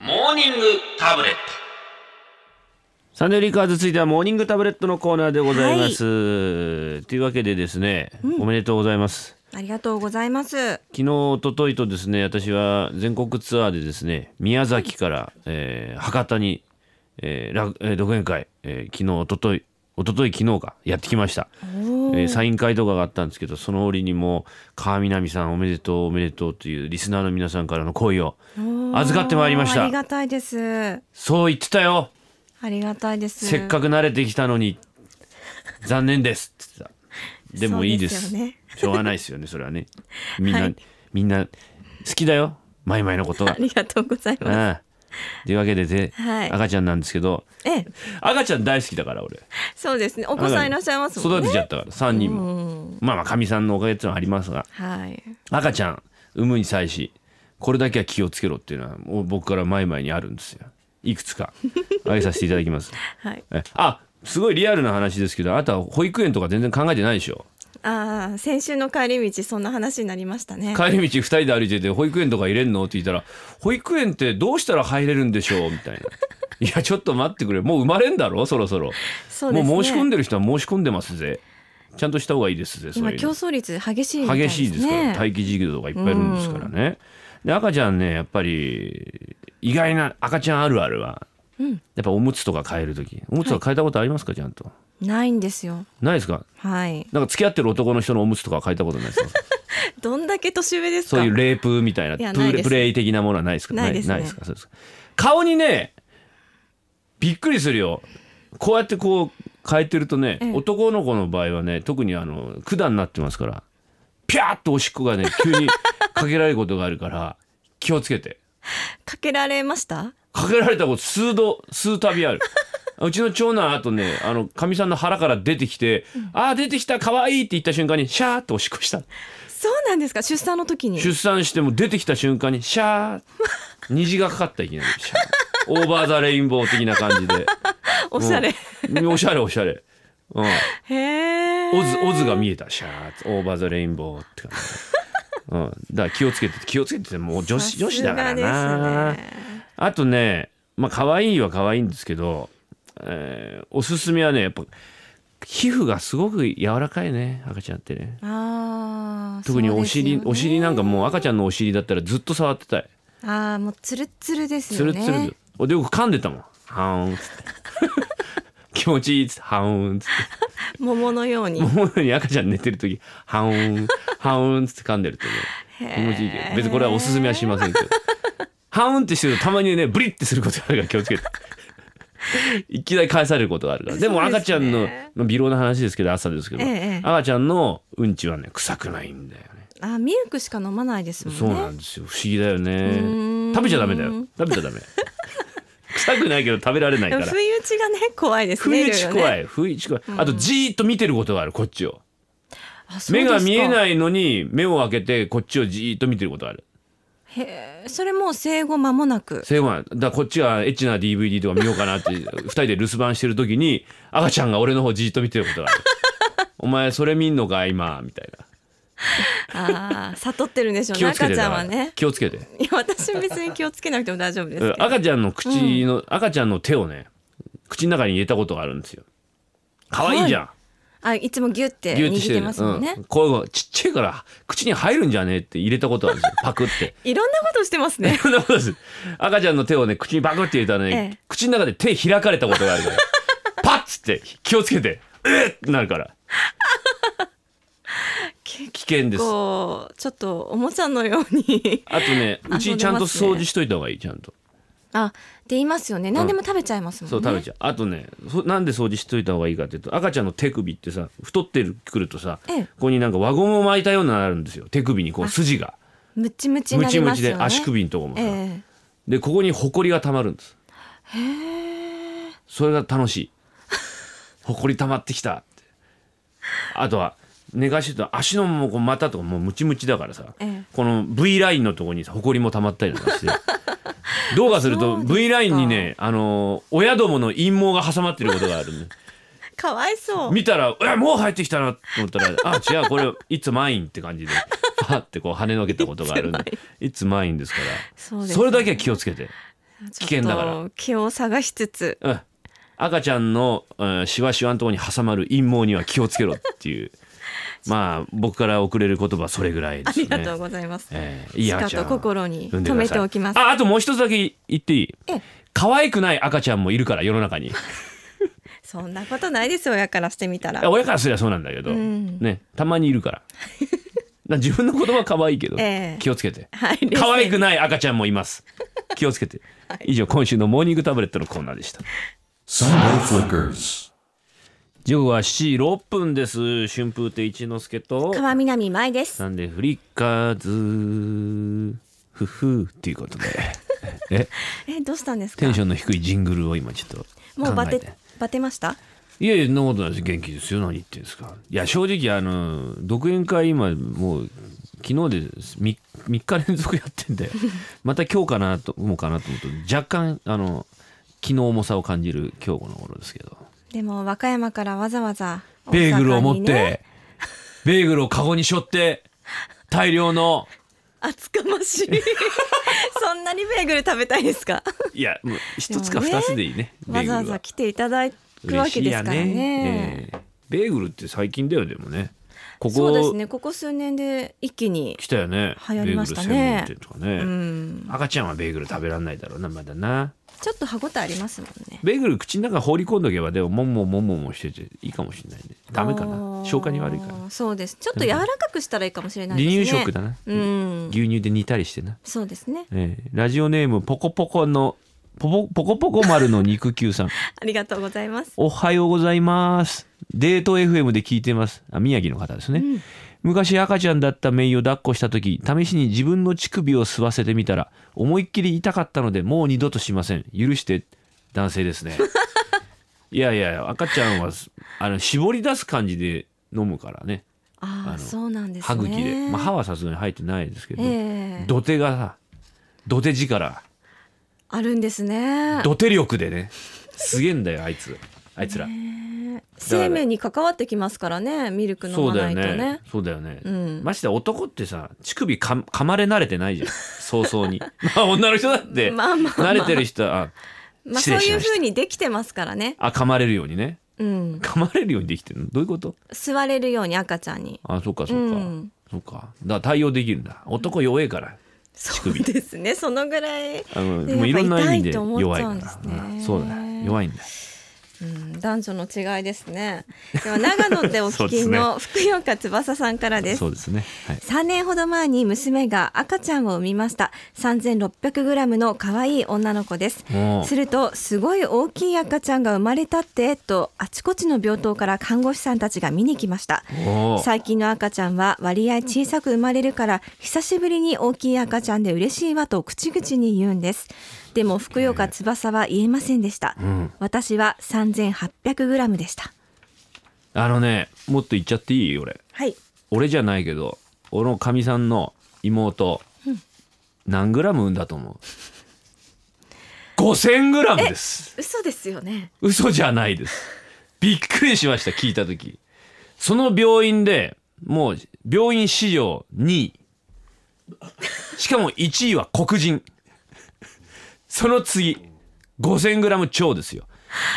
ニングタブレットサンデーリーカーズ続いてはモーニングタブレットのコーナーでございます。というわけでですね、おめでとうございます。ありがとうございます。昨日一昨日とですね、私は全国ツアーでですね、宮崎から、えー博多に、えーらえー独演会、えー昨日一昨日一昨日昨日かやってきました、えーサイン会とかがあったんですけどその折にも川南さんおめでとうおめでとうというリスナーの皆さんからの声を預かってまいりましあたりがたいです。そう言ってたよありがたいです。せっかくく慣れてきたのに残念ですって言ってたでもいいですそうですよねしょうがないですよねそれはねみんな、はいみんな好きだよマイマイのことがありがとうございます。ああというわけでで、はい赤ちゃんなんですけどええ、赤ちゃん大好きだから俺そうですね。お子さんいらっしゃいますもん育ね。てちゃったから3人も、まあまあかみさんのおかげっていうのはありますがはい。赤ちゃん産むに際しこれだけは気をつけろっていうのはもう僕から前々にあるんですよいくつ か挙げさせていただきますはい。えあすごいリアルな話ですけどあなたは保育園とか全然考えてないでしょああ、先週の帰り道そんな話になりましたね。帰り道2人で歩いてて保育園とか入れんのって言ったら保育園ってどうしたら入れるんでしょうみたいないやちょっと待ってくれもう生まれんだろそろそろそうですね。もう申し込んでる人は申し込んでますぜちゃんとした方がいいですぜそう今いう競の争率激しいみたいで激すしね。いですから待機児童がいっぱいいるんですからね、で赤ちゃんねやっぱり意外な赤ちゃんあるあるは、やっぱおむつとか変える時おむつは変えたことありますかちゃんとないんですよ。ないですかはい。なんか付き合ってる男の人のおむつとかは変えたことないです かどんだけ年上ですか。そういうレイプみたいないやプないレですプレイ的なものはないですかないですねないですかそうですか顔にねびっくりするよこうやってこう変えてるとね、ええ男の子の場合はね特にあの管になってますからピャーっとおしっこがね急にかけられることがあるから気をつけてかけられました。かけられたこと数度数度あるうちの長男あとねあのかみさんの腹から出てきて「ああ出てきた可愛いって言った瞬間にシャーっとおしっこしたそうなんですか。出産の時 に。出産しても出てきた瞬間にシャー虹がかかったいきなりシャーオーバー・ザ・レインボー的な感じで おしゃれ。うんおしゃれおしゃれ、うん、へえ。オズオズが見えたシャーってオーバー・ザ・レインボーって感じ、うん、だから気をつけて気をつけててもう女子女子だからな、さすがですねあとねまあ可愛いは可愛いんですけど、えーおすすめはねやっぱ皮膚がすごく柔らかいね赤ちゃんってねああ。特におそう尻、ですよねお尻なんかもう赤ちゃんのお尻だったらずっと触ってたいああ、もうつるつるですつよるね。つるでよく噛んでたもん「はーん」っつって「 気持ちいい」っつって「はーん」っつっ桃のようにて。もうに 赤ちゃん寝てる時「はーん」「はーん」っつって噛んでるとね気持ちいいけど別にこれはおすすめはしませんけど「はーん」ってしてるとたまにねブリッてすることがあるから気をつ けて。いきなり返されることがあるからでもそうですね赤ちゃんの、まあ微妙な話ですけど朝ですけど、ええ赤ちゃんのうんちはね臭くないんだよねあミルクしか飲まないですもんねそうなんですよ不思議だよねん食べちゃダメだよ食べちゃダメ臭くないけど食べられないでかもら不意打ちがね怖いです不ね意打ちいろいろ怖ねい不意打ち怖いあとじーっと見てることがあるこっちをあそうで目すかが見えないのに目を開けてこっちをじーっと見てることがあるへーそれもう生後間もなくセイワンだからこっちがエッチな DVD とか見ようかなって 二人で留守番してる時に赤ちゃんが俺の方じーっと見てることがある お前それ見んのか今みたいな ああ悟ってるんでしょう気ねをつけ赤てちだゃんからはね気をつけていや私別に気をつけなくても大丈夫ですけど赤ちゃんの口の、赤ちゃんの手をね口の中に入れたことがあるんですよ可愛いじゃん、あいつもギュってギュッ握てっしててる、ますもんね、うん、こういうのちっちゃいから口に入るんじゃねえって入れたことあるんですよパクっていろんなことしてます ねそんなことです赤ちゃんの手をね口にパクって入れたらね、ええ口の中で手開かれたことがあるから パッつって気をつけてえっってなるから結危険 ですあ構ちょっとおもちゃのようにとねう遊ちんでますねちゃんと掃除しといた方がいいちゃんとあって言いますよね何でも食べちゃいますもんね、そう食べちゃうあとねそなんで掃除しといた方がいいかっていうと赤ちゃんの手首ってさ太ってるくるとさ、ええここになんか輪ゴムを巻いたようなのあるんですよ手首にこう筋がムチムチにムなチりムまチすでよね足首のとこもさ、えでここにホコリがたまるんですえへえそれが楽しいほこり溜まってきたってあとは寝かしてると足のもうこう股とかもうムチムチだからさ、ええこの V ラインのとこにさほこりも溜まったりとか してどうかするとそうですか V ラインにねあのー親どもの陰毛が挟まってることがあるんで かわいそう見たら「えもう入ってきたな」と思ったら「あ違うこれいつマイン」って感じでパッてこう跳ねのけたことがあるんで「いつマイン」ですからそうですねそれだけは気をつけて。危険だからちょっと気を探しつつうん、赤ちゃんの、うん、シワシワのところに挟まる陰謀には気をつけろっていう まあ僕から送れる言葉はそれぐらいあですねりがとうございます、ええいい赤しちゃかんと心に産んでく留だめさいておきますああともう一つだけ言っていいええ可愛くない赤ちゃんもいるから世の 中にそんなことないですよ親からしてみたら親からすりゃそうなんだけど、うんねたまにいる からだから自分の言葉は可愛いけど、ええ気をつけてはい可愛冷静くにない赤ちゃんもいます気をつけ て、以上今週のモーニングタブレットのコーナーでした Sunday Flickers. 時刻は7時6分です春風亭一之輔と川南舞ですなんでフリッカーズふふっていう ことでええどうしたんですかテンションの低いジングルを今ちょっと考えてもうバテバテましたいやいやそんなことないです元気ですよ何言ってんですかいや正直あの独演会今もう昨日で 3, 日連続やってん でまた今日かなと思うかなと思うと若干あの昨日重さを感じる今日この頃ですけどでも和歌山からわざわざ大阪にねベーグルを持って、ベーグルをカゴに背負って大量の厚かましい そんなにベーグル食べたいですかいやもう一つか二つでいいねわざわざ来ていただくわけですからえねえベーグルって最近だよでもねここそうですねここ数年で一気に来たよね流行りましたねベーグル専門店とかね、うん赤ちゃんはベーグル食べられないだろうなまだなちょっと歯ごたえありますもんねベーグル口の中放り込んどけばでももんもんもんもんもんしてていいかもしれないねダメかあなー消化に悪いからそうですちょっと柔らかくしたらいいかもしれないです離ね乳食だな、うん牛乳で煮たりしてな、そうですねええラジオネームポコポコのポポポコポコ丸の肉球 さんありがとうございますおはようございますデート FM で聞いてますあ宮城の方ですね、昔赤ちゃんだったメイを抱っこした時試しに自分の乳首を吸わせてみたら思いっきり痛かったのでもう二度としません許して男性 ですねいやいや赤ちゃんはあの絞り出す感じで飲むからねああのあそうなんですね歯茎で、まあ、歯はさすがに入ってないですけど、ええ土手がさ土手力あるんですね土手力でねすげえんだよあいつあいつら、生命に関わってきますからねミルク飲そうまだよないとねねそうだよね、うんましてや男ってさ乳首か噛まれ慣れてないじゃん早々に まあ女の人だって まあまあま慣あれてる人はまあ失そう礼しいまうした風にできてますからねああ噛まれるようにねうん噛まれるようにできてるのどういうこと座れるように赤ちゃんにあそうかそうか、うんそうかだから対応できるんだ男弱えからそうですねそのぐらい、あのでもういろんな意味でやっぱ痛いと思弱っいちゃかうんでらすねうんそうだ弱いんだうん、男女の違いですねでは長野で お聞きの福岡翼さんからですそうですね、はい、 3年ほど前に娘が赤ちゃんを産みました3600グラムの可愛い女の子ですおうするとすごい大きい赤ちゃんが生まれたってとあちこちの病棟から看護師さんたちが見に来ましたおう最近の赤ちゃんは割合小さく生まれるから久しぶりに大きい赤ちゃんで嬉しいわと口々に言うんですでも福岡翼は言えませんでした、ん私は3800グラムでしたあのねもっと言っちゃっていい俺はい俺じゃないけど俺のかみさんの妹、何グラム産んだと思う5000グラムです嘘ですよね嘘じゃないですびっくりしました聞いた時その病院でもう病院史上2位しかも1位は黒人その次5000グラム超ですよ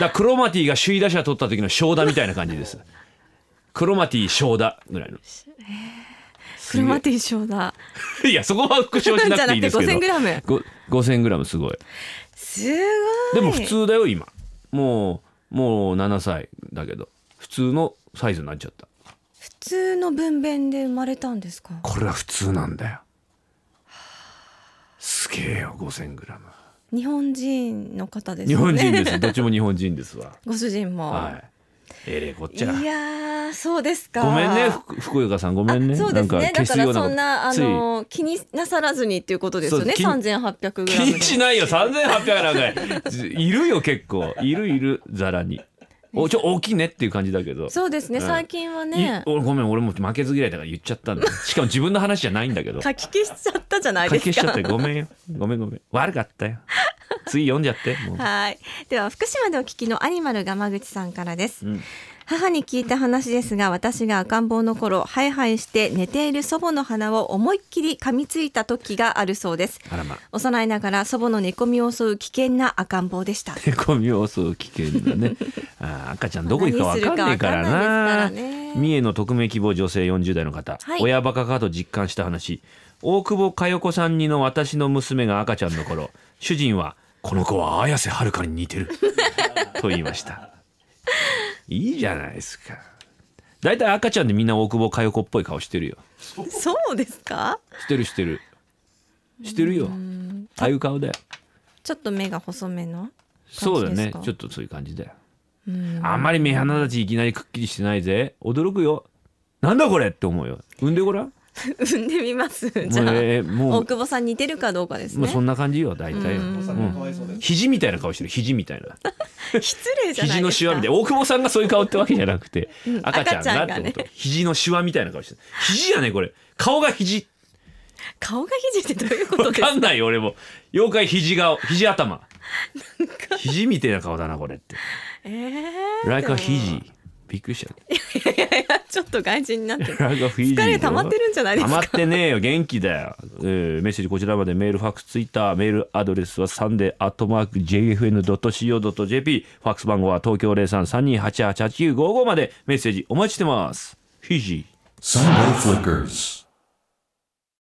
だからクロマティが首位打者取った時の正田みたいな感じですクロマティ正田ぐらいのクロマティショーだ いや、そこは復唱しなくていいですけど。じゃなくて5000グラムご。5000グラムすごい。すごいでも普通だよ、今。もう、もう7歳だけど。普通のサイズになっちゃった。普通の分娩で生まれたんですかこれは普通なんだよ。すげえよ、5000グラム。日本人の方です日よ本ね人です。どっちも日本人です わ。ご主人も、はい。えれこっいちやゃ。ーそうですかごめんね、福福岡さん、ごめんね。あそうですなんかね消だかすようならそことんなあついの気になさらずにっていうことですよねそう気に三千八百グ気ラムでにしないよ3800なんかいいるよ結構いるいるざらにおちょ大きいねっていう感じだけどそうですねうん最近はねい俺ごめん俺も負けず嫌いだから言っちゃったんだ しかも自分の話じゃないんだけど書き消しちゃったじゃない書でき消しすちゃっかてごめんよごめんごめん悪かったよ次読んじゃってもうはいでは福島でお聞きのアニマルがまぐちさんからです、うん母に聞いた話ですが私が赤ん坊の頃ハイハイして寝ている祖母の鼻を思いっきり噛みついた時があるそうですあらま幼いながら祖母の寝込みを襲う危険な赤ん坊でしたへこみを襲う危険だ ねあー赤ちゃんどこ行くかわかんねえからな何するかわかんないですからね三重の匿名希望女性40代の方、はい親バカかと実感した話大久保佳代子さんにの私の娘が赤ちゃんの頃主人はこの子は綾瀬はるかに似 てると言いましたいいじゃないですかだいたい赤ちゃんでみんな大久保佳代子っぽい顔してるよそうですかしてるしてるしてるよああいう顔だよちょっと目が細めの感そうじだですねかちょっとそういう感じだようんあんまり目鼻立ちいきなりくっきりしてないぜ驚くよなんだこれって思うよ産んでごらん 産んでみますじゃもあ、うえーも大う久保さん似てるかどうかですもうねそんな感じよ大体よ、うんうん、肘みたいな顔してる肘みた いな失礼じゃな肘いのですシワかみたい大久保さんがそういう顔ってわけじゃなくて、ん赤ちゃんがってこと、赤ちゃんが肘のシワみたいな顔してる肘やねこれ顔が肘顔が肘ってどういうことわですかかんないよ俺も妖怪肘顔肘頭肘みたいな顔だなこれってえー Like a でも肘びっくりしたいやいやちょっと外人になってる Like a 肘疲れ溜まってるんじゃないです溜かまってねえよ元気だよ、えーメッセージこちらまでメールファックスツイッターメールアドレスはサンデーアットマーク JFN.CO.JP ファックス番号は東京0332888955までメッセージお待ちしてますフィジー Sunday Flickers.